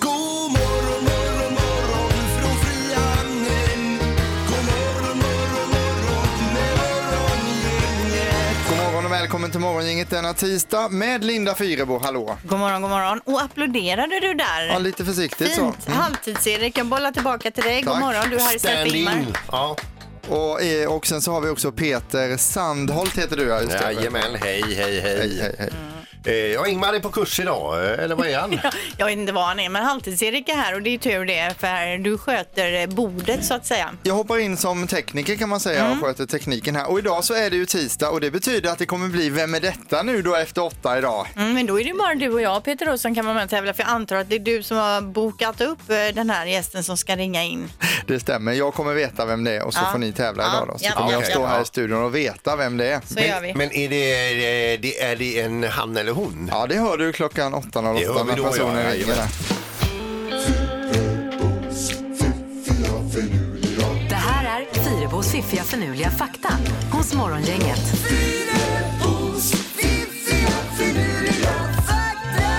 God morgon morgon morgon från Frihamnen. God morgon morgon morgon med morgongänget. God morgon och välkommen till Morgongänget denna tisdag med Linda Fyrebo. Hallå! God morgon, god morgon. Och applåderade du där? Ja, lite försiktigt så. Mm. Fint. Halvtids-Erik, jag bollar tillbaka till dig. God Tack. morgon, du är här i stället för Ingmar. Ja, Och, eh, och sen så har vi också Peter Sandholt heter du ja, just det. jajamän, hej, hej, Hej, hej. hej, hej. Eh, ja, Ingmar är på kurs idag, eh, eller vad är han? Jag vet inte var han är, men halvtids-Erik är här och det är tur det, för du sköter eh, bordet så att säga. Jag hoppar in som tekniker kan man säga och sköter tekniken här. Och idag så är det ju tisdag och det betyder att det kommer bli Vem är detta nu då efter åtta idag? Mm, men då är det ju bara du och jag, Peter, då, som kan vara med och tävla, för jag antar att det är du som har bokat upp eh, den här gästen som ska ringa in. Det stämmer, jag kommer veta vem det är och så Ja. får ni tävla Ja, idag då. Så ja, kommer jag ja, stå ja. här i studion och veta vem det är. Så gör vi. Men är det, eh, det, är det en han eller hon? Ja, det hör du klockan 8.08 Det hör vi när då, ja. personen ringer. Jajamän. där. Det här är Fyrabos fiffiga förnuliga fakta hos Morgongänget. Fyrabos fiffiga finurliga fakta.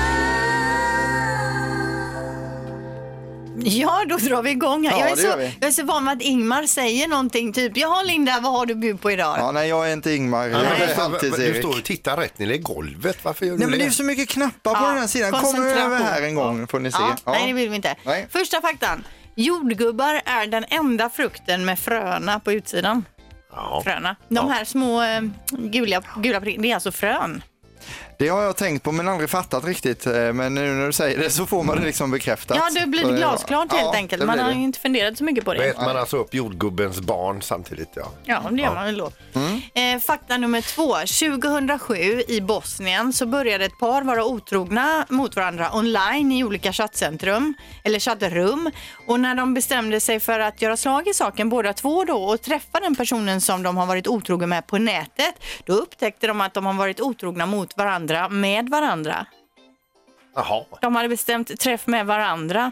Ja, då drar vi igång här. Ja, jag, är det så, gör vi. jag är så van vid att Ingmar säger någonting, typ Jaha Linda, vad har du bud på idag? Ja, nej, jag är inte Ingmar. Jag men- är du halvtids-Erik. står och tittar rätt ner i golvet. Varför gör du Nej, men det är det? ju så mycket knappar på Ja, den här sidan. Kom koncentration. över här en gång får ni se. Ja, Ja. Nej, det vill vi inte. Nej. Första faktan. Jordgubbar är den enda frukten med fröna på utsidan. Ja. Fröna. De här små eh, gula, gula, prick- det är alltså frön. Det har jag tänkt på men aldrig fattat riktigt. Eh, Men nu när du säger det så får man det liksom bekräftat. Ja, det Så blir glasklart ja, helt enkelt. det Man blir har det. ju inte funderat så mycket på Då det. äter man alltså upp jordgubbens barn samtidigt. Ja. Ja, det gör man väl då. Eh, fakta nummer två. 2007 i Bosnien så började ett par vara otrogna mot varandra online i olika chattcentrum, eller chattrum. Och när de bestämde sig för att göra slag i saken båda två då och träffa den personen som de har varit otrogen med på nätet, då upptäckte de att de har varit otrogna mot varandra med varandra. Jaha. De hade bestämt träff med varandra,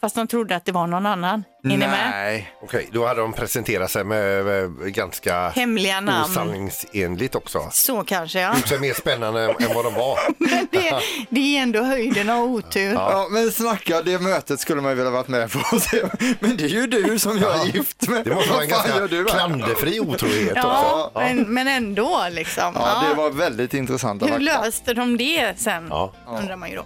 fast de trodde att det var någon annan. Är ni med? Nej. Okej, då hade de presenterat sig med, eh, ganska Hemliga namn. osanningsenligt också. Så kanske ja. Så mer spännande än än vad de var. Men det, det är ändå höjden av otur. Ja. men snacka, det mötet skulle man ju vilja varit med på. Men det är ju du som jag är gift med. Det måste vara en Vad fan gör du ganska här? klanderfri otrohet också. Ja, men, men ändå liksom. Ja, det Ja. var väldigt intressant. Hur löste de det sen? Ja. Undrar man ju då.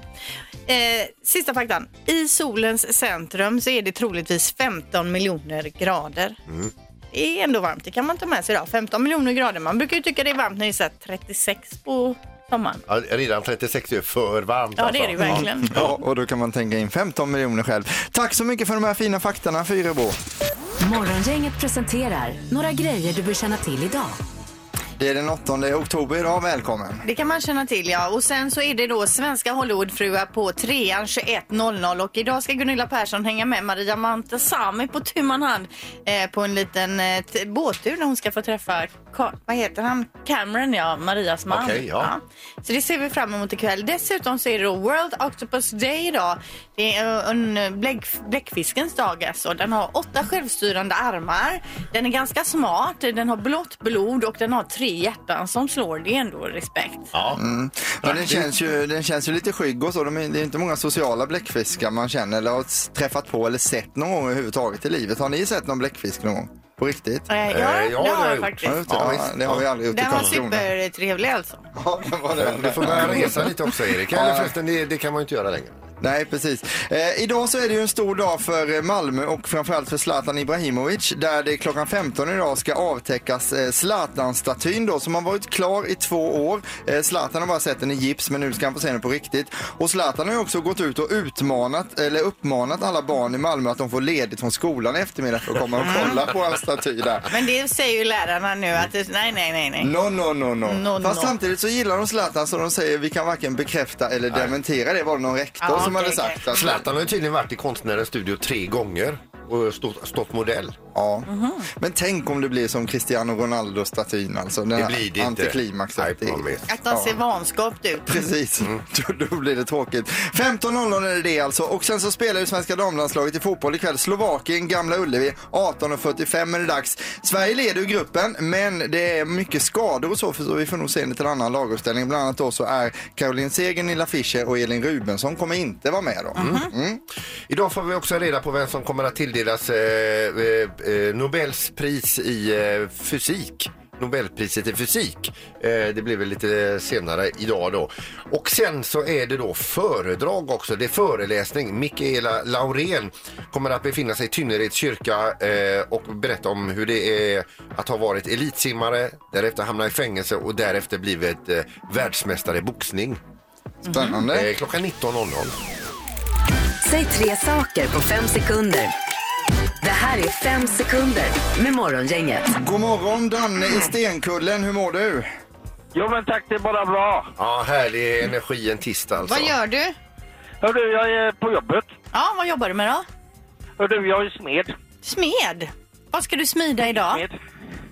Eh, sista faktan. I solens centrum så är det troligtvis 15 miljoner grader. Mm. Det är ändå varmt, det kan man ta med sig idag. 15 miljoner grader. Man brukar ju tycka det är varmt när det är så här 36 på sommaren. Ja, Redan 36 är för varmt. Ja, det alltså. är det ju verkligen. Ja, och då kan man tänka in 15 miljoner själv. Tack så mycket för de här fina faktorna, Fyrebo. Morgongänget presenterar några grejer du bör känna till idag. Det är den 8 oktober idag, välkommen. Det kan man känna till ja. Och sen så är det då svenska Hollywoodfruar på trean 21.00 och idag ska Gunilla Persson hänga med Maria Montazami på tu man hand eh, på en liten eh, t- båttur när hon ska få träffa, Ka- vad heter han, Cameron ja, Marias man. Okej, ja. Så det ser vi fram emot ikväll. Dessutom så är det då World Octopus Day idag. Det är eh, en bläck, bläckfiskens dag alltså. Den har åtta självstyrande armar. Den är ganska smart, den har blått blod och den har tre hjärtan som slår. Det är ändå respekt. Ja. Men den, känns ju, den känns ju lite skygg och så. De är, det är inte många sociala bläckfiskar man känner eller har s- träffat på eller sett någon gång överhuvudtaget i livet. Har ni sett någon bläckfisk någon gång? På riktigt? Eh, Ja, Eh, ja, det det har har jag jag faktiskt. Ja, just det. Ja, ja, visst. det har vi aldrig gjort i Den var Karlskrona. supertrevlig alltså. Ja, den var det. Mm. Du får börja Mm. resa lite också Erik. Eller förresten, det, det kan man ju inte göra längre. Nej, precis. Eh, idag så är det ju en stor dag för eh, Malmö och framförallt för Zlatan Ibrahimovic där det klockan 15 idag ska avtäckas eh, Zlatan-statyn då som har varit klar i två år. Eh, Zlatan har bara sett den i gips men nu ska han få se den på riktigt. Och Zlatan har ju också gått ut och utmanat eller uppmanat alla barn i Malmö att de får ledigt från skolan i eftermiddag för att komma och Mm. kolla på hans staty där. Men det säger ju lärarna nu att det- nej, nej, nej, nej. No, no, no, no. No, Fast no. samtidigt så gillar de Zlatan så de säger vi kan varken bekräfta eller dementera det var det någon rektor Ja, som okej, hade okej. sagt. att- Zlatan har ju tydligen varit i konstnärens studio tre gånger. och stått, stått modell. Ja. Men tänk om det blir som Cristiano Ronaldo-statyn alltså. Den Det här blir det inte. Antiklimaxet. Nej, Mm. man vet. Att de ser vanskapt ut. Precis, då, då blir det tråkigt. 15.00 är det det alltså och sen så spelar ju svenska damlandslaget i fotboll ikväll. Slovakien, Gamla Ullevi, 18.45 är det dags. Sverige leder ju gruppen men det är mycket skador och så för så vi får nog se en liten annan laguppställning. Bland annat då så är Caroline Seger, Nilla Fischer och Elin Rubensson kommer inte vara med då. Mm. Idag får vi också reda på vem som kommer att tilldelas eh, eh, eh, Nobels pris i eh, fysik. Nobelpriset i fysik. Eh, det blir väl lite senare idag då. Och sen så är det då föredrag också. Det är föreläsning. Mikaela Laurén kommer att befinna sig i Tynnereds kyrka eh, och berätta om hur det är att ha varit elitsimmare, därefter hamna i fängelse och därefter blivit eh, världsmästare i boxning. Spännande. Eh, klockan 19.00. Säg tre saker på fem sekunder. Det här är fem sekunder med Morgongänget. God morgon Danne i Stenkullen, hur mår du? Jo men tack, det är bara bra. Ja, härlig energi en tisdag alltså. Vad gör du? Hördu, jag är på jobbet. Ja, vad jobbar du med då? Hördu, jag är smed. Smed. Vad ska du smida idag? smed.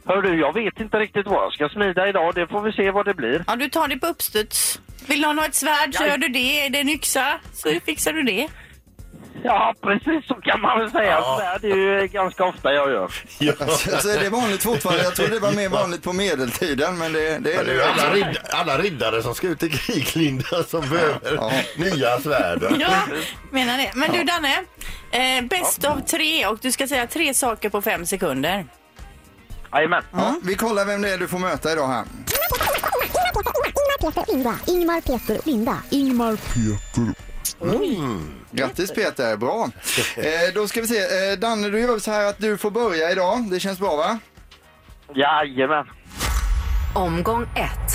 Hördu, jag vet inte riktigt vad jag ska smida idag. Det får vi se vad det blir. Ja, du tar det på uppstuds. Vill någon ha ett svärd så Ja. gör du det. Är det en yxa så fixar du det. Ja, precis så kan man väl säga. Ja. Så där, Det är ju ganska ofta jag gör. Alltså, Så, så är det vanligt fortfarande? Jag trodde det var mer vanligt på medeltiden men det, det är Det är det ju ju. alla, ridd, alla riddare som ska ut i krig, Linda, som behöver Ja. nya svärd. Ja, menar det. Men du Danne, eh, bäst av tre och du ska säga tre saker på fem sekunder. Jajamän. Ja, vi kollar vem det är du får möta idag här. Ingmar, Peter, Linda. Ingmar, Mm. Grattis Peter, bra. Eh, då ska vi se, eh, Danne du gör så här att du får börja idag. Det känns bra va? Jajamän. Omgång ett.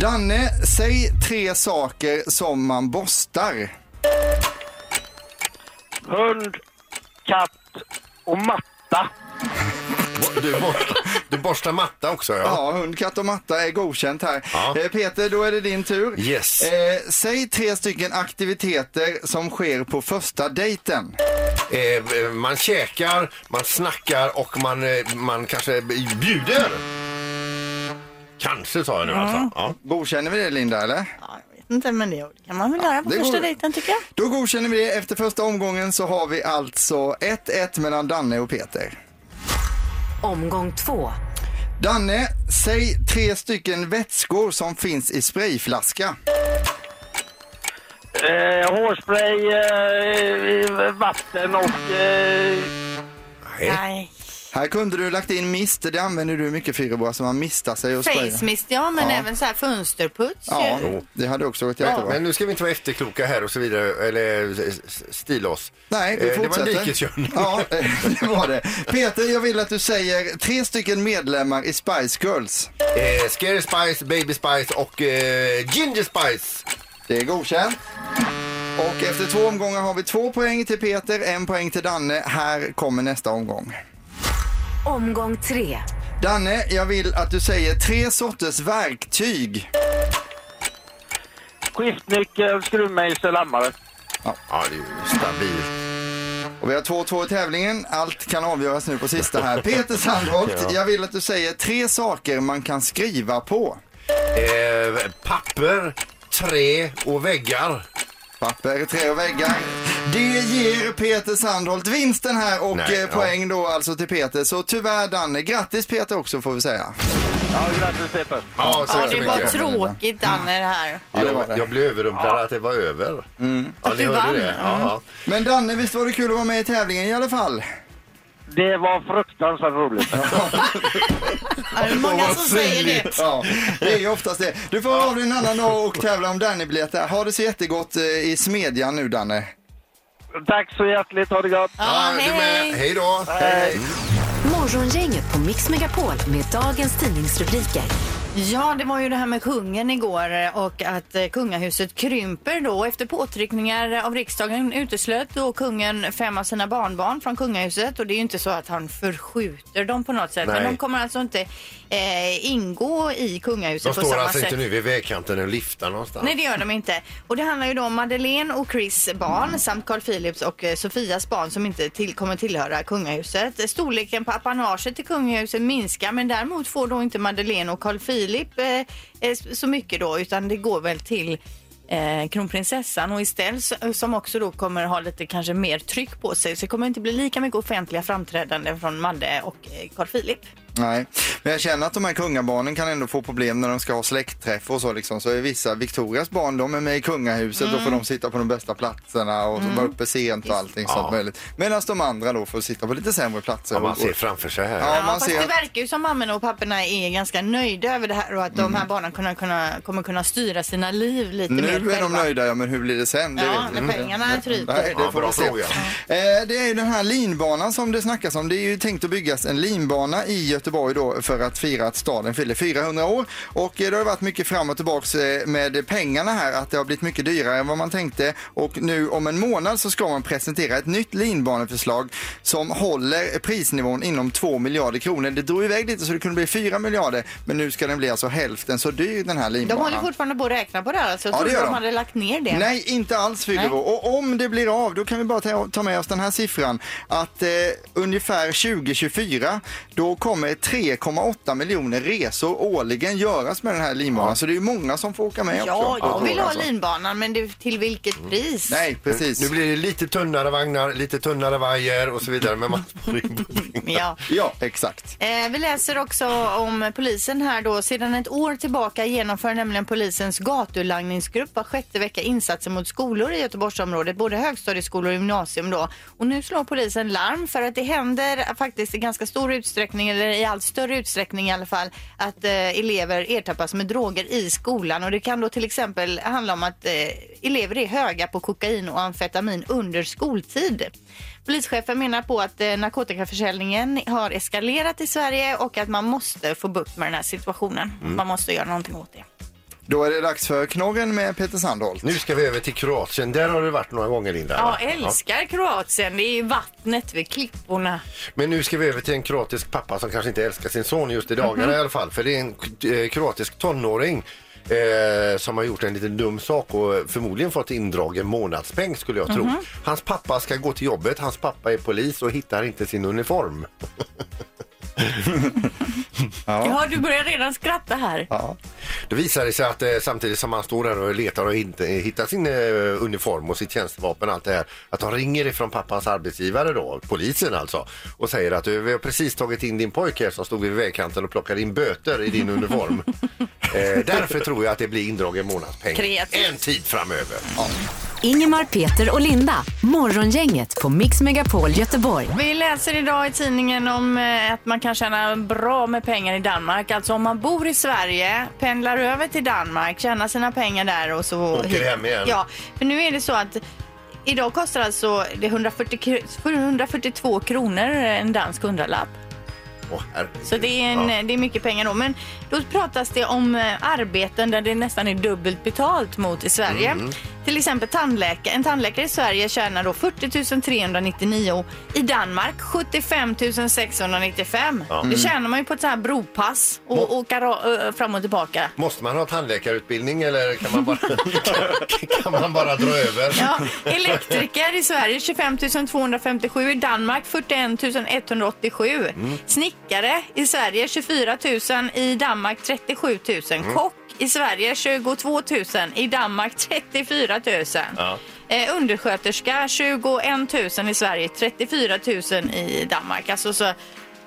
Danne, säg tre saker som man borstar. Hund, katt och matta. Du, borstar, du borstar matta också, ja. Ja, hund, katt och matta är godkänt här. Ja. Eh, Peter, då är det din tur. Yes. Eh, säg tre stycken aktiviteter som sker på första dejten. Eh, eh, man käkar, man snackar och man, eh, man kanske bjuder. Kanske sa jag nu alltså. Ja. Godkänner vi det Linda eller? Ja, jag vet inte, men det kan man väl göra på det första går. dejten tycker jag. Då godkänner vi det. Efter första omgången så har vi alltså 1-1 mellan Danne och Peter. Omgång två. Danne, säg tre stycken vätskor som finns i sprayflaska. Eh, hårspray, eh, vatten och... Eh, Nej. Nej. Här kunde du lagt in mist, det använder du mycket Fyrebo, så man mistar sig och Face sprayar. mist, ja, men Ja. även så här fönsterputs Ja, ju. det hade också varit jättebra. Men nu ska vi inte vara efterkloka här och så vidare, eller s- s- stila oss. Nej, Eh, vi det var fortsätter. en dikeskörning. Ja, eh, det var det. Peter, jag vill att du säger tre stycken medlemmar i Spice Girls. Eh, scary Spice, Baby Spice och eh, Ginger Spice. Det är godkänt. Och efter två omgångar har vi två poäng till Peter, en poäng till Danne. Här kommer nästa omgång. Omgång tre. Danne, jag vill att du säger tre sorters verktyg. skiftnyckel, skruvmejsel, hammare. Ja, det är ju stabilt. Och vi har 2-2 i tävlingen. Allt kan avgöras nu på sista här. Peter Sandholt, jag vill att du säger tre saker man kan skriva på. Eh, papper, trä och väggar. Papper, trä och väggar. Det ger Peter Sandholt vinsten här och Nej, eh, ja. poäng då alltså till Peter. Så tyvärr Danne, grattis Peter också får vi säga. Ja, grattis Peter. Ja, så Ja, är det var tråkigt Danne det här. Ja, det var det. Jag, jag blev överrumplad att det var över. Ja, ni Mm. du hörde vann. Mm. det. Ja, Men Danne, visst var det kul att vara med i tävlingen i alla fall? Det var fruktansvärt roligt. Ja, det är många Vad som säger det. synligt. Ja, det är ju oftast det. Du får höra av dig en annan dag och tävla om Danne-biljetter. Ha det så jättegott eh, i Smedjan nu Danne. Tack så hjärtligt, ha det gott. Ja, du med. hej. Hej då. Morgongänget på Mix Megapol med dagens tidningsrubriker. Ja, det var ju det här med kungen igår och att eh, kungahuset krymper då. Efter påtryckningar av riksdagen uteslöt då kungen fem av sina barnbarn från kungahuset och det är ju inte så att han förskjuter dem på något sätt. Nej. Men de kommer alltså inte eh, ingå i kungahuset De på står samma alltså sätt. inte nu vid vägkanten och lyfter någonstans. Nej, det gör de inte. Och det handlar ju då om Madeleine och Chris barn samt Carl Philips och eh, Sofias barn som inte till, kommer tillhöra kungahuset. Storleken på apanaget till kungahuset minskar men däremot får då inte Madeleine och Carl Philip eh, eh, s- så mycket då utan det går väl till Eh, kronprinsessan och Estelle s- eh, som också då kommer ha lite kanske mer tryck på sig så det kommer inte bli lika mycket offentliga framträdanden från Madde och eh, Carl Philip. Nej, men jag känner att de här kungabarnen kan ändå få problem när de ska ha släktträff och så liksom. Så är vissa, Victorias barn, de är med i kungahuset, då Mm. får de sitta på de bästa platserna och vara uppe sent och allting sånt möjligt. Medan de andra då får sitta på lite sämre platser. Ja, man och- ser framför sig här. Ja, Ja, man fast ser det verkar ju som mammorna och papporna är ganska nöjda över det här och att de här barnen kunna, kunna, kommer kunna styra sina liv lite mer Mm. nu är de själva. nöjda, ja, men hur blir det sen? Det Ja, vet vi när inte. pengarna tryter. Nej, det Ja, får bra vi se. fråga. Eh, Det är ju den här linbanan som det snackas om. Det är ju tänkt att byggas en linbana i Göteborg då för att fira att staden fyller 400 år. Och eh, det har varit mycket fram och tillbaks eh, med pengarna här, att det har blivit mycket dyrare än vad man tänkte. Och nu om en månad så ska man presentera ett nytt linbaneförslag som håller prisnivån inom 2 miljarder kronor. Det drog iväg lite så det kunde bli 4 miljarder, men nu ska den bli alltså hälften så dyr den här De linbanan. håller fortfarande på att räkna på det här alltså. Jag Ja, det trodde gör de de. hade lagt ner det. Nej, inte alls Fyrebo. Nej. Och om det blir av, då kan vi bara ta, ta med oss den här siffran. Att eh, ungefär 2024, då kommer 3,8 miljoner resor årligen göras med den här linbanan. Så det är ju många som får åka med också. Ja, jag Och vill tåg, ha alltså. linbanan men det, till vilket pris? Nej, precis. Nu blir det lite tunnare vagnar, lite tunnare vajer och så vidare. Men man... Ja. Ja, exakt. Eh, vi läser också om polisen här då. Sedan ett år tillbaka genomför nämligen polisens gatulangningsgrupp var sjätte vecka insatser mot skolor i Göteborgsområdet, både högstadieskolor och gymnasium då. Och nu slår polisen larm för att det händer faktiskt i ganska stor utsträckning, eller i allt större utsträckning i alla fall, att eh, elever ertappas med droger i skolan. Och det kan då till exempel handla om att eh, elever är höga på kokain och amfetamin under skoltid. Polischefen menar på att eh, narkotikaförsäljningen har eskalerat i Sverige och att man måste få bukt med den här situationen. Man måste göra någonting åt det. Då är det dags för Knorren med Peter Sandholt. Nu ska vi över till Kroatien. Där har du varit några gånger Linda. Ja, va? älskar Kroatien. Det är vattnet vid klipporna. Men nu ska vi över till en kroatisk pappa som kanske inte älskar sin son just i dagarna i alla fall. För det är en k- eh, kroatisk tonåring eh, som har gjort en liten dum sak och förmodligen fått indragen månadspeng skulle jag tro. Hans pappa ska gå till jobbet, hans pappa är polis och hittar inte sin uniform. Ja. du börjar redan skratta här. Det visar det sig att eh, samtidigt som han står där och letar och inte, eh, hittar sin eh, uniform och sitt tjänstevapen och allt det här, att de ringer ifrån pappans arbetsgivare då, polisen alltså, och säger att "Du, vi har precis tagit in din pojke här som stod vid vägkanten och plockade in böter i din uniform. eh, därför tror jag att det blir indragen månadspeng Kreativt. en tid framöver. Ingemar, Peter och Linda. Morgongänget på Mix Megapol Göteborg. Vi läser idag i tidningen om eh, att man kan tjäna bra med pengar i Danmark. Alltså om man bor i Sverige, pendlar över till Danmark, tjänar sina pengar där och så... Åker hem igen. Ja, för nu är det så att idag kostar alltså det 140, kr- 142 kronor en dansk hundralapp. Åh, herregud. Så det är, en, eh, Ja. det är mycket pengar då. Men då pratas det om eh, arbeten där det nästan är dubbelt betalt mot i Sverige. Till exempel tandläkare. En tandläkare i Sverige tjänar då 40 399. I Danmark 75 695. Det tjänar man ju på ett sånt här bropass och åka ra- ö, fram och tillbaka. Måste man ha tandläkarutbildning eller kan man bara, kan man bara dra över? Ja, elektriker i Sverige 25 257, i Danmark 41 187. Snickare i Sverige 24 000, i Danmark 37 000. Kock i Sverige 22 000, i Danmark 34 000. Ja. Eh, undersköterska 21 000 i Sverige, 34 000 i Danmark. Alltså så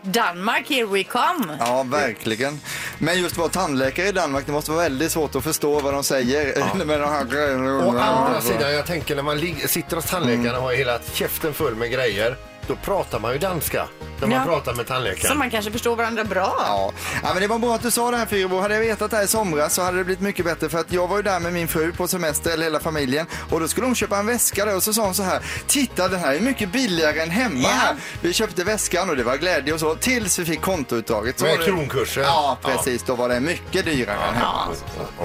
Danmark, here we come! Ja, verkligen. Men just vara tandläkare i Danmark, det måste vara väldigt svårt att förstå vad de säger. med de här Å andra sidan, jag tänker när man lig- sitter hos tandläkaren och har hela käften full med grejer då pratar man ju danska när man Ja. pratar med tandläkaren. Så man kanske förstår varandra bra. Ja. ja, men det var bra att du sa det här Fyrbo. Hade jag vetat det här i somras så hade det blivit mycket bättre för att jag var ju där med min fru på semester, eller hela familjen, och då skulle hon köpa en väska där och så sa hon så här, titta den här är mycket billigare än hemma här. Vi köpte väskan och det var glädje och så, tills vi fick kontoutdraget. Så Med var det- kronkursen. Ja, precis. Då var det mycket dyrare än hemma.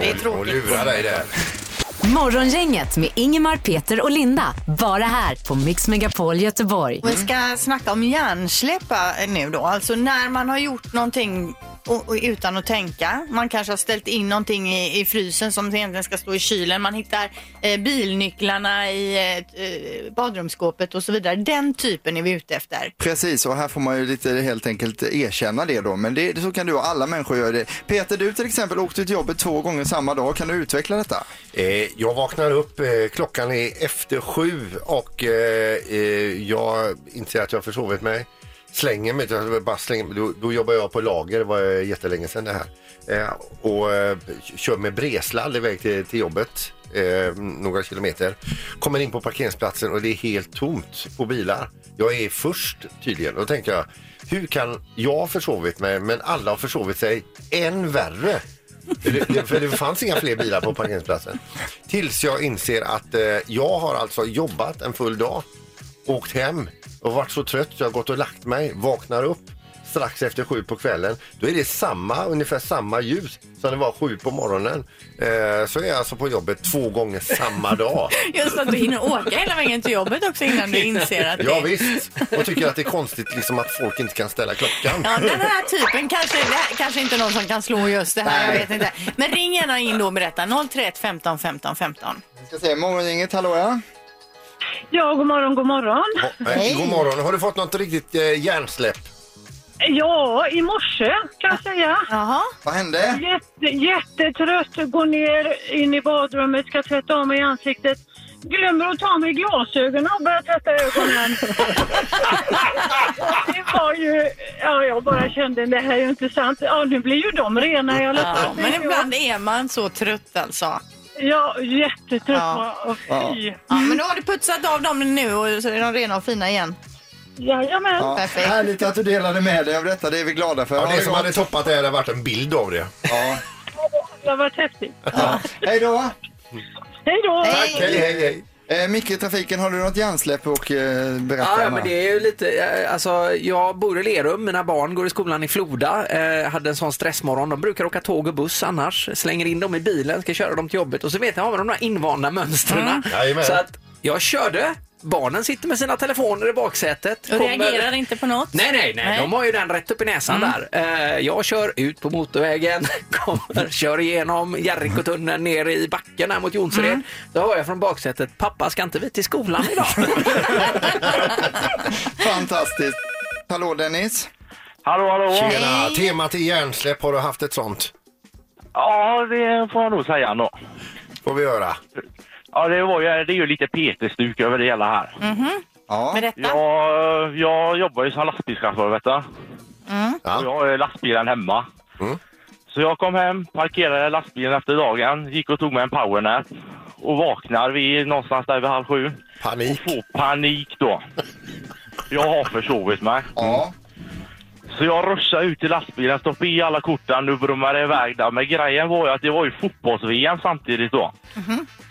det är Och- Och tråkigt. lura dig där. Morgongänget med Ingemar, Peter och Linda. Bara här på Mix Megapol Göteborg. Och Vi Mm. ska snacka om hjärnsläppa nu då. Alltså när man har gjort någonting och, och utan att tänka. Man kanske har ställt in någonting i, i frysen som egentligen ska stå i kylen. Man hittar eh, bilnycklarna i eh, badrumsskåpet och så vidare. Den typen är vi ute efter. Precis, och här får man ju lite helt enkelt erkänna det då. Men det, så kan du och alla människor göra det. Peter, du till exempel åkte till jobbet två gånger samma dag. Kan du utveckla detta? Eh, jag vaknar upp, eh, klockan är efter sju och eh, eh, jag inser att jag har försovit mig. Slänger mig, jag bara slänger, då, då jobbar jag på lager, det var eh, jättelänge sedan det här. Eh, och eh, kör med bresladd iväg till, till jobbet, eh, några kilometer. Kommer in på parkeringsplatsen och det är helt tomt på bilar. Jag är först tydligen. Då tänker jag, hur kan jag ha försovit mig men alla har försovit sig än värre? För det- det, för det fanns inga fler bilar på parkeringsplatsen. Tills jag inser att eh, jag har alltså jobbat en full dag, åkt hem och varit så trött så jag har gått och lagt mig, vaknar upp strax efter sju på kvällen. Då är det samma, ungefär samma ljus som det var sju på morgonen. Eh, så är jag alltså på jobbet två gånger samma dag. Just att du hinner åka hela vägen till jobbet också innan du inser att Ja, visst. och tycker att det är konstigt liksom att folk inte kan ställa klockan. Ja, den här typen kanske, det här, kanske inte någon som kan slå just det här. Jag vet inte. Men ring gärna in då och berätta. 031 15 15 15. Jag ska se, morgongänget, hallå ja. Ja, god morgon, god morgon. Oh, eh, god morgon. Har du fått något riktigt eh, hjärnsläpp? Ja, i morse kan jag säga. Jaha. Vad hände? Jätte, jättetrött, går ner in i badrummet, ska tvätta av mig i ansiktet. Glömmer att ta mig glasögonen och börjar tvätta ögonen. det var ju... Ja, jag bara kände det här är ju inte sant. Ja, nu blir ju de rena. Jag Ja, ja, men ibland är man så trött alltså. ja, jättetrött. Ja. Och, och fy. Ja, men då har du putsat av dem nu och så är de rena och fina igen. Jajamän. Ja, Perfekt. härligt att du delade med dig av detta, det är vi glada för. Ja, Ha det så- som hade toppat det hade varit en bild av det. Ja. Det har varit häftigt. Ja. Hej då! Hej då! Hej, hej, hej. Eh, Micke i trafiken, har du något hjärnsläpp och eh, berätta? Ja, ja, om men här? det är ju lite, eh, alltså jag bor i Lerum, mina barn går i skolan i Floda, eh, hade en sån stressmorgon, de brukar åka tåg och buss annars, slänger in dem i bilen, ska köra dem till jobbet och så vet jag, har man de där invanda mönstren. Mm. Jajamän. Så att jag körde, barnen sitter med sina telefoner i baksätet. Och kommer- reagerar inte på något? Nej, nej, nej, Nej. De har ju den rätt upp i näsan Mm. där. Eh, jag kör ut på motorvägen, kommer, kör igenom Jerrikotunneln ner i backen här mot Jonsered. Mm. Då hör jag från baksätet, pappa ska inte vi till skolan idag? Fantastiskt. Hallå Dennis. Hallå, hallå! Tjena! Temat är hjärnsläpp. Har du haft ett sånt? Ja, det får jag nog säga ändå. Får vi göra. Ja, det, var ju, det är ju lite PT-stuk över det hela här. Ja. Berätta. Jag, jag jobbar ju som lastbilschaufför, vet du. Ja. Och jag har ju lastbilen hemma. Mm. Så jag kom hem, parkerade lastbilen efter dagen, gick och tog mig en powernap och vaknar vid någonstans där vid halv sju. Panik. Får panik då. Jag har försovit mig. ja. Så jag ruschade ut till lastbilen, stoppade i alla korten och brummade iväg där. Men grejen var ju att det var ju fotbolls-VM samtidigt då.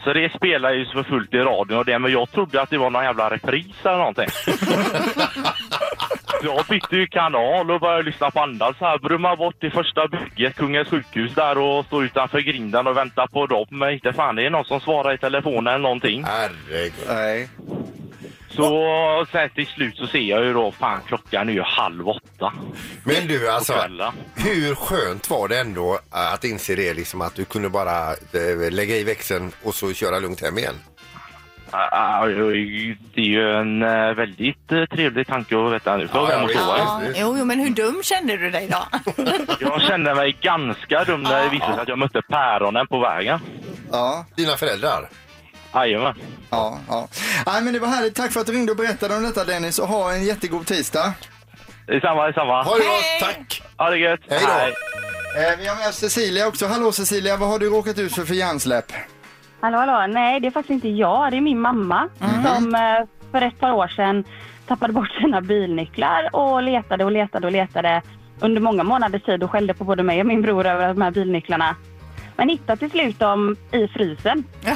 Så det spelar ju för fullt i radion och det, men jag trodde att det var någon jävla repris eller någonting. Så jag bytte ju kanal och började lyssna på andra så här. Brumma bort till första bygget, Kungens sjukhus där och stå utanför grinden och vänta på dem. Men inte fan det är någon som svarar i telefonen eller någonting. Herregud. Nej. Så sen till slut så ser jag ju då, fan klockan är ju halv åtta. Men du, På alltså. kvällen. Hur skönt var det ändå att inse det, liksom att du kunde bara eh, lägga i växeln och så köra lugnt hem igen? Ja, Det är ju en eh, väldigt eh, trevlig tanke att veta nu. Ja, Får ja, vem att visst. sova. Ja, jo, jo, men hur dum kände du dig då? Jag kände mig ganska dum när det visade sig att jag mötte päronen på vägen. Ja. Dina föräldrar? Jajamän. Ja. Ja. Nej, men det var härligt. Tack för att du ringde och berättade om detta Dennis och ha en jättegod tisdag. Detsamma, detsamma. Ha det bra, Hej! tack! Ha det gött. Hej då. Eh, vi har med oss Cecilia också. Hallå Cecilia, vad har du råkat ut för för hjärnsläpp? Mhm. Hallå, hallå. Nej, det är faktiskt inte jag. Det är min mamma som eh, för ett par år sedan tappade bort sina bilnycklar och letade och letade och letade under många månaders tid och skällde på både mig och min bror över de här bilnycklarna. Men hittade till slut dem i frysen. Men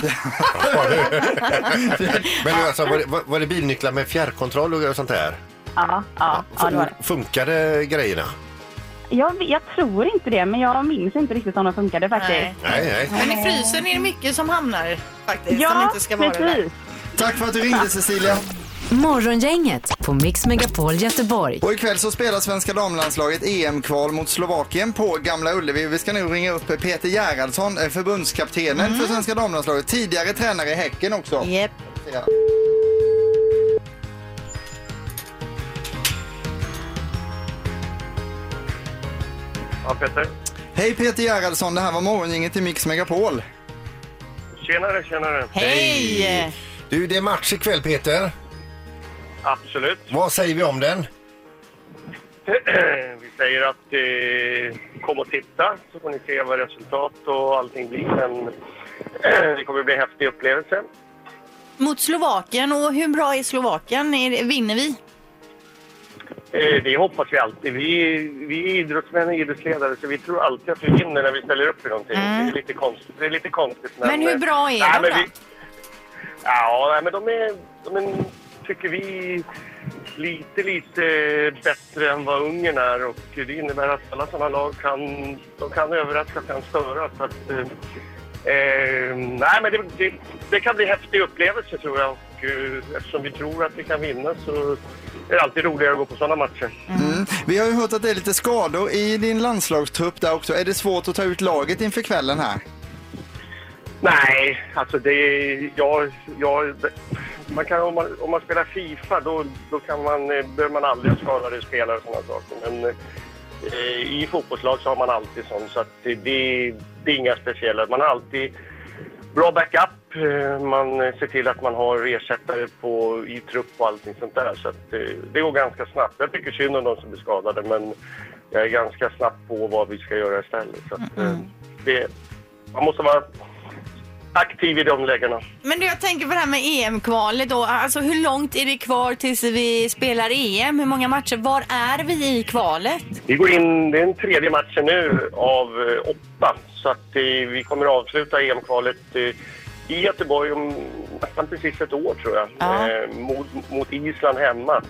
du, alltså, var, det, var- var det bilnycklar med fjärrkontroll och sånt där? Ja, ja, ja, det var det. Funkade grejerna? Jag, jag tror inte det, men jag minns inte riktigt om de funkade faktiskt. Nej, Men i frysen är det mycket som hamnar faktiskt. Ja, som inte ska vara där. precis. Tack för att du ringde Cecilia. Morgongänget på Mix Megapol Göteborg. Och ikväll så spelar svenska damlandslaget EM-kval mot Slovakien på Gamla Ullevi. Vi ska nu ringa upp Peter Gerhardsson, eh, förbundskaptenen för Mm. svenska damlandslaget. Tidigare tränare i Häcken också. Yep. Ja, Peter. Hej Peter Gerhardsson, det här var morgongänget till Mix Megapol. Tjenare, tjenare. Hej! Du, det är match ikväll Peter. Absolut. Vad säger vi om den? Vi säger att eh, kom och titta så får ni se vad resultat och allting blir. Men det kommer bli en häftig upplevelse. Mot Slovakien. Och hur bra är Slovakien? Är det- Vinner vi? Eh, det hoppas vi alltid. Vi, vi är idrottsmän och idrottsledare så vi tror alltid att vi vinner när vi ställer upp för någonting. Mm. Det, är lite konstigt, det är lite konstigt. Men hur bra är Nej, de men då? vi- Ja, nej, men de är, de är, tycker vi, lite, lite bättre än vad Ungern är. Och det innebär att alla sådana lag kan, de kan överraska, kan störa. Så att, eh, eh, nej, men det, det, det kan bli en häftig upplevelse, tror jag. Och, eh, eftersom vi tror att vi kan vinna så är det alltid roligare att gå på sådana matcher. Mm. Vi har ju hört att det är lite skador i din landslagstrupp där också. Är det svårt att ta ut laget inför kvällen här? Nej, alltså det är... Jag, jag, man kan, om, man, om man spelar Fifa då, då kan man, eh, behöver man aldrig ha skadade spelare och sådana saker. Men eh, i fotbollslag så har man alltid sånt. Så att det, det, det är inga speciella. Man har alltid bra backup. eh, Man eh, ser till att man har ersättare på, i trupp och allting sånt där. Så att, eh, det går ganska snabbt. Jag tycker synd om de som blir skadade men jag är ganska snabb på vad vi ska göra istället. Så att, eh, det, man måste vara aktiv i de lägena. Men du, jag tänker på det här med EM-kvalet då. Alltså hur långt är det kvar tills vi spelar EM? Hur många matcher? Var är vi i kvalet? Typ- Vi går in, det är den tredje matchen nu av eh, åtta. Så att eh, vi kommer avsluta EM-kvalet eh, i Göteborg om nästan precis ett år tror jag. Ja. Eh, mot, mot Island hemma.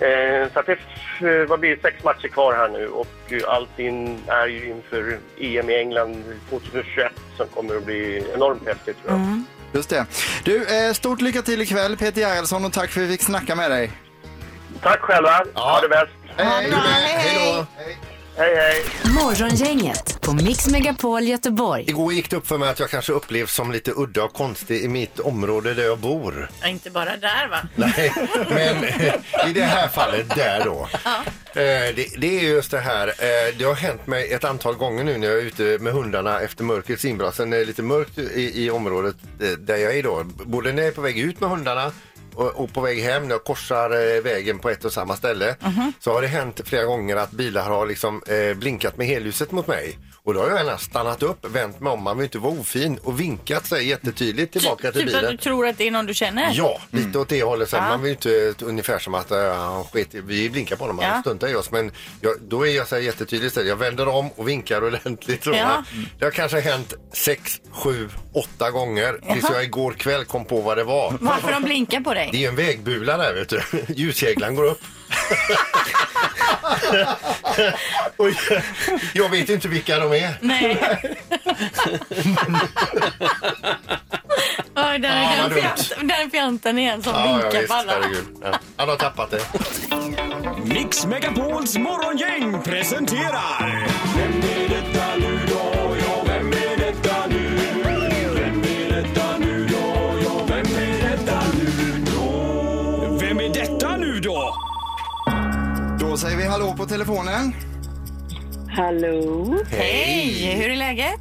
Eh, så att det är f- eh, vad blir det, sex matcher kvar här nu och eh, allting är ju inför EM i England 2021 som kommer att bli enormt häftigt tror jag. Just det. Du, eh, stort lycka till ikväll Peter Gerhardsson och tack för att vi fick snacka med dig. Tack själva, ha det bäst! Hej, hej, hej, hej! Morgongänget på Mix Megapol Göteborg. Igår gick det upp för mig att jag kanske upplevs som lite udda och konstig i mitt område där jag bor. Ja, inte bara där va? Nej, men eh, i det här fallet där då. Eh, Det, det är just det här, eh, det har hänt mig ett antal gånger nu när jag är ute med hundarna efter mörkrets inbrasen. Det är lite mörkt i, i området eh, där jag är då. Både när jag är på väg ut med hundarna och, och på väg hem när jag korsar eh, vägen på ett och samma ställe. Så har det hänt flera gånger att bilar har liksom eh, blinkat med helljuset mot mig. Och då har jag gärna stannat upp, vänt mig om, man vill inte vara ofin och vinkat sig jättetydligt tillbaka till Typ att du bilen. tror att det är någon du känner? Ja, lite åt det hållet. Sen. Mm. Ja. Man vill ju inte ungefär som att äh, han skit, i- vi blinkar på honom, Ja. han stuntar i oss. Men jag, då är jag så här jättetydlig istället. Jag vänder om och vinkar ordentligt. tror jag. Ja. Det har kanske hänt sex, sju, åtta gånger tills Jaha. jag igår kväll kom på vad det var. Varför de blinkar på dig? Det är ju en vägbula där vet du. Ljuskäglan går upp. och jag, jag vet inte vilka de är. Nej. Oj, där Ja, är den vad dumt. fjanten- där är fjanten igen som Ja, ja, vinkar visst, på alla. herregud. Ja. Han har tappat det. Mix Megapols morgongäng presenterar... Vem är detta nu då? Ja, vem är detta nu? Vem är detta nu då? Ja, vem är detta nu då? Vem är detta nu då? Då säger vi hallå på telefonen. Hallå. Hej, hur är läget?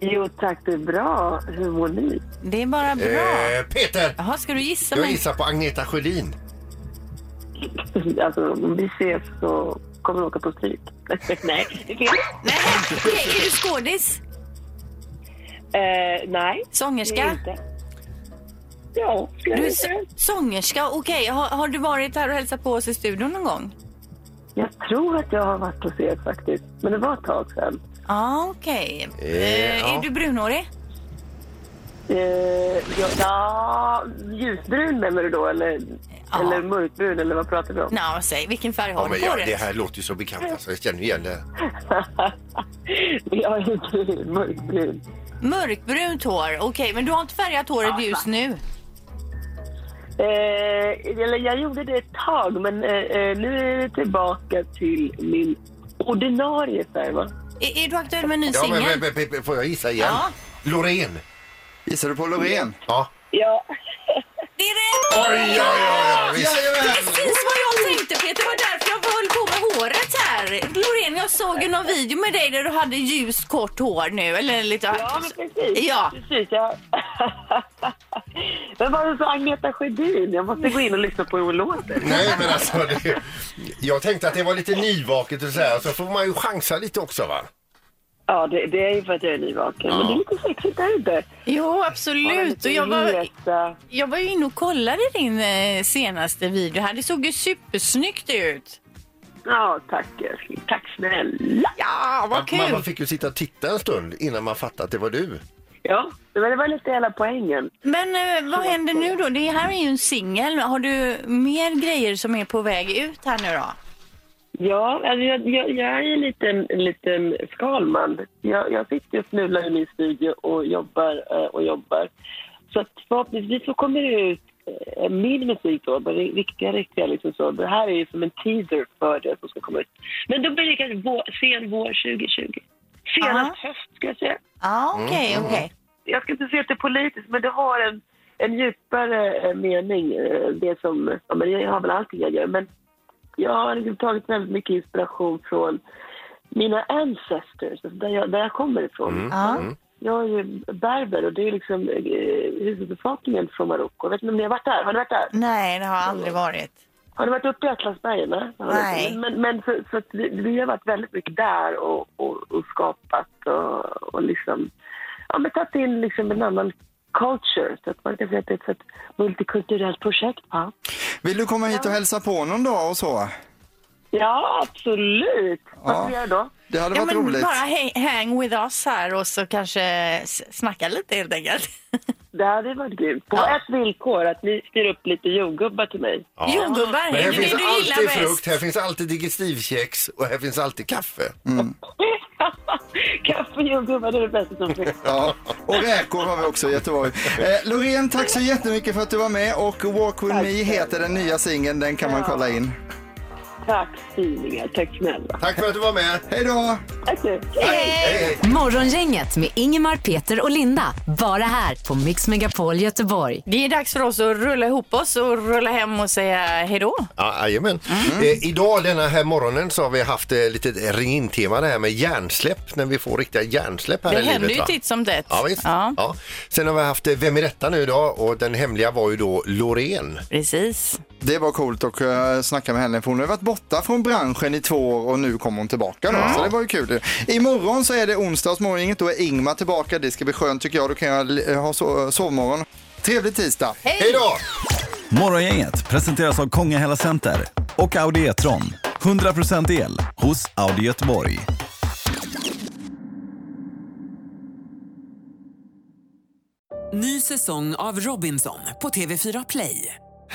Jo tack, det är bra. Hur mår ni? Det är bara bra. Eh, Peter! Jaha, ska du gissa Jag mig? gissar på Agneta Sjödin. Alltså, om vi ses så kommer vi åka på typ. stryk. nej, det finns Okej, är du skådis? nej. Eh, Sångerska? det är jag inte. Ja, Du är så- sångerska, okej. Har, har du varit här och hälsat på oss i studion någon gång? jag tror att jag har varit hos er faktiskt. Men det var ett tag sedan. Ja, okej. Eh, Eh, ja. Är du brunhårig? Eh, ja, ja, ljusbrun menar du då? Eller, eller mörkbrun? Eller vad pratar vi om? Ja, säg. Vilken färg Ja, har men du på ja, dig? det här låter ju så bekant. Alltså, jag känner igen det. Jag är brun, mörkbrun. Mörkbrunt hår, okej. Men du har inte färgat håret just nu? Eh, eller jag gjorde det ett tag, men eh, eh, nu är jag tillbaka till min ordinarie färg. va? Är, är du aktuell med en ny Ja, men, singel? men, men, men, får jag gissa igen? Ja. Loreen. Gissar du på Loreen? Ja. Ja. Det är rätt! Oj, oj, oj, oj, visst. Precis vad jag tänkte Peter, det var därför jag höll på med håret här. Loreen, jag såg ju någon video med dig där du hade ljust kort hår nu, eller lite... Ja, men precis. Ja. precis jag... Vem var det som Agneta Sjödin? Jag måste gå in och lyssna på hur hon låter. Nej, men alltså, det, jag tänkte att det var lite nyvaket och så här, så får man ju chansa lite också va? Ja, det, det är ju för att jag är nyvaken. Men det är lite sexigt, är det inte? Jo, absolut. Och jag var, var... jag var ju inne och kollade din eh, senaste video här. Det såg ju supersnyggt ut. Ja, tack. Tack snälla. Ja, vad Man, kul. man fick ju sitta och titta en stund innan man fattade att det var du. Ja, men det var lite hela poängen. Men eh, vad händer nu då? Det här är ju en singel. Har du mer grejer som är på väg ut här nu då? Ja, alltså jag, jag, jag är en liten, en liten skalman. Jag, jag sitter och snular i min studio och jobbar eh, och jobbar. Så att förhoppningsvis så kommer det ut eh, min musik då, den riktiga, riktiga liksom så. Det här är ju som en teaser för det som ska komma ut. Men då blir det kanske vår, sen vår 2020. Senast höst ska jag säga. Ja, okej, Mm, mm. okej. Jag ska inte se att det är politiskt, men det har en, en djupare eh, mening. eh, Det som, ja, men jag har väl allting jag gör, men jag har liksom tagit väldigt mycket inspiration från mina ancestors, alltså där, jag, där jag kommer ifrån. Ja. Mm. Jag är ju berber och det är liksom eh, huvudbefolkningen från Marocko. Jag vet inte om ni har varit där? Har ni varit där? Nej, det har jag aldrig varit. Har du varit uppe i Atlasbergen? eller? Har du- Nej. Men, men så, så att vi, vi har varit väldigt mycket där och, och, och skapat och, och liksom, ja, men tagit in liksom en annan culture. Så att man kan säga att det är ett så ett multikulturellt projekt. Va? Vill du komma hit och hälsa på någon dag och så? Ja, absolut. Vad ska vi göra då? Det hade Ja, varit men roligt. bara hang, hang with us här och så kanske s- snacka lite helt enkelt. Det hade varit grymt. På ett villkor, att ni styr upp lite jordgubbar till mig. Ja. Jordgubbar, Men är här det det finns du gillar alltid bäst? frukt, här finns alltid digestivkex och här finns alltid kaffe. Kaffe och jordgubbar, det är det bästa som finns. Ja, och räkor har vi också i Göteborg. Eh, Loreen, tack så jättemycket för att du var med och Walk with me heter den nya singeln, den kan man kolla in. Tack tidningar, tack snälla. Tack för att du var med. Hej då! Tack så mycket. Morgongänget med Ingemar, Peter och Linda. Bara här på Mix Megapol Göteborg. Det är dags för oss att rulla ihop oss och rulla hem och säga hejdå. Ja, jajamän. Mm. Eh, idag denna här morgonen så har vi haft eh, lite ring in tema det här med hjärnsläpp, när vi får riktiga hjärnsläpp här Det i livet. händer ju va? titt som tätt. Ja, visst. Ja. Sen har vi haft eh, Vem är detta nu då? Och den hemliga var ju då Loreen. Precis. Det var coolt att eh, snacka med henne för hon har varit borta från branschen i två år och nu kommer hon tillbaka då. Så det var ju kul. Imorgon så är det onsdagsmorgoninget, då är Ingmar tillbaka. Det ska bli skönt tycker jag, då kan jag eh, ha so- sovmorgon. Trevlig tisdag! Hej då! Morgongänget presenteras av Kongahälla Center och Audi E-tron. 100% el hos Audi Göteborg. Ny säsong av Robinson på TV4 Play.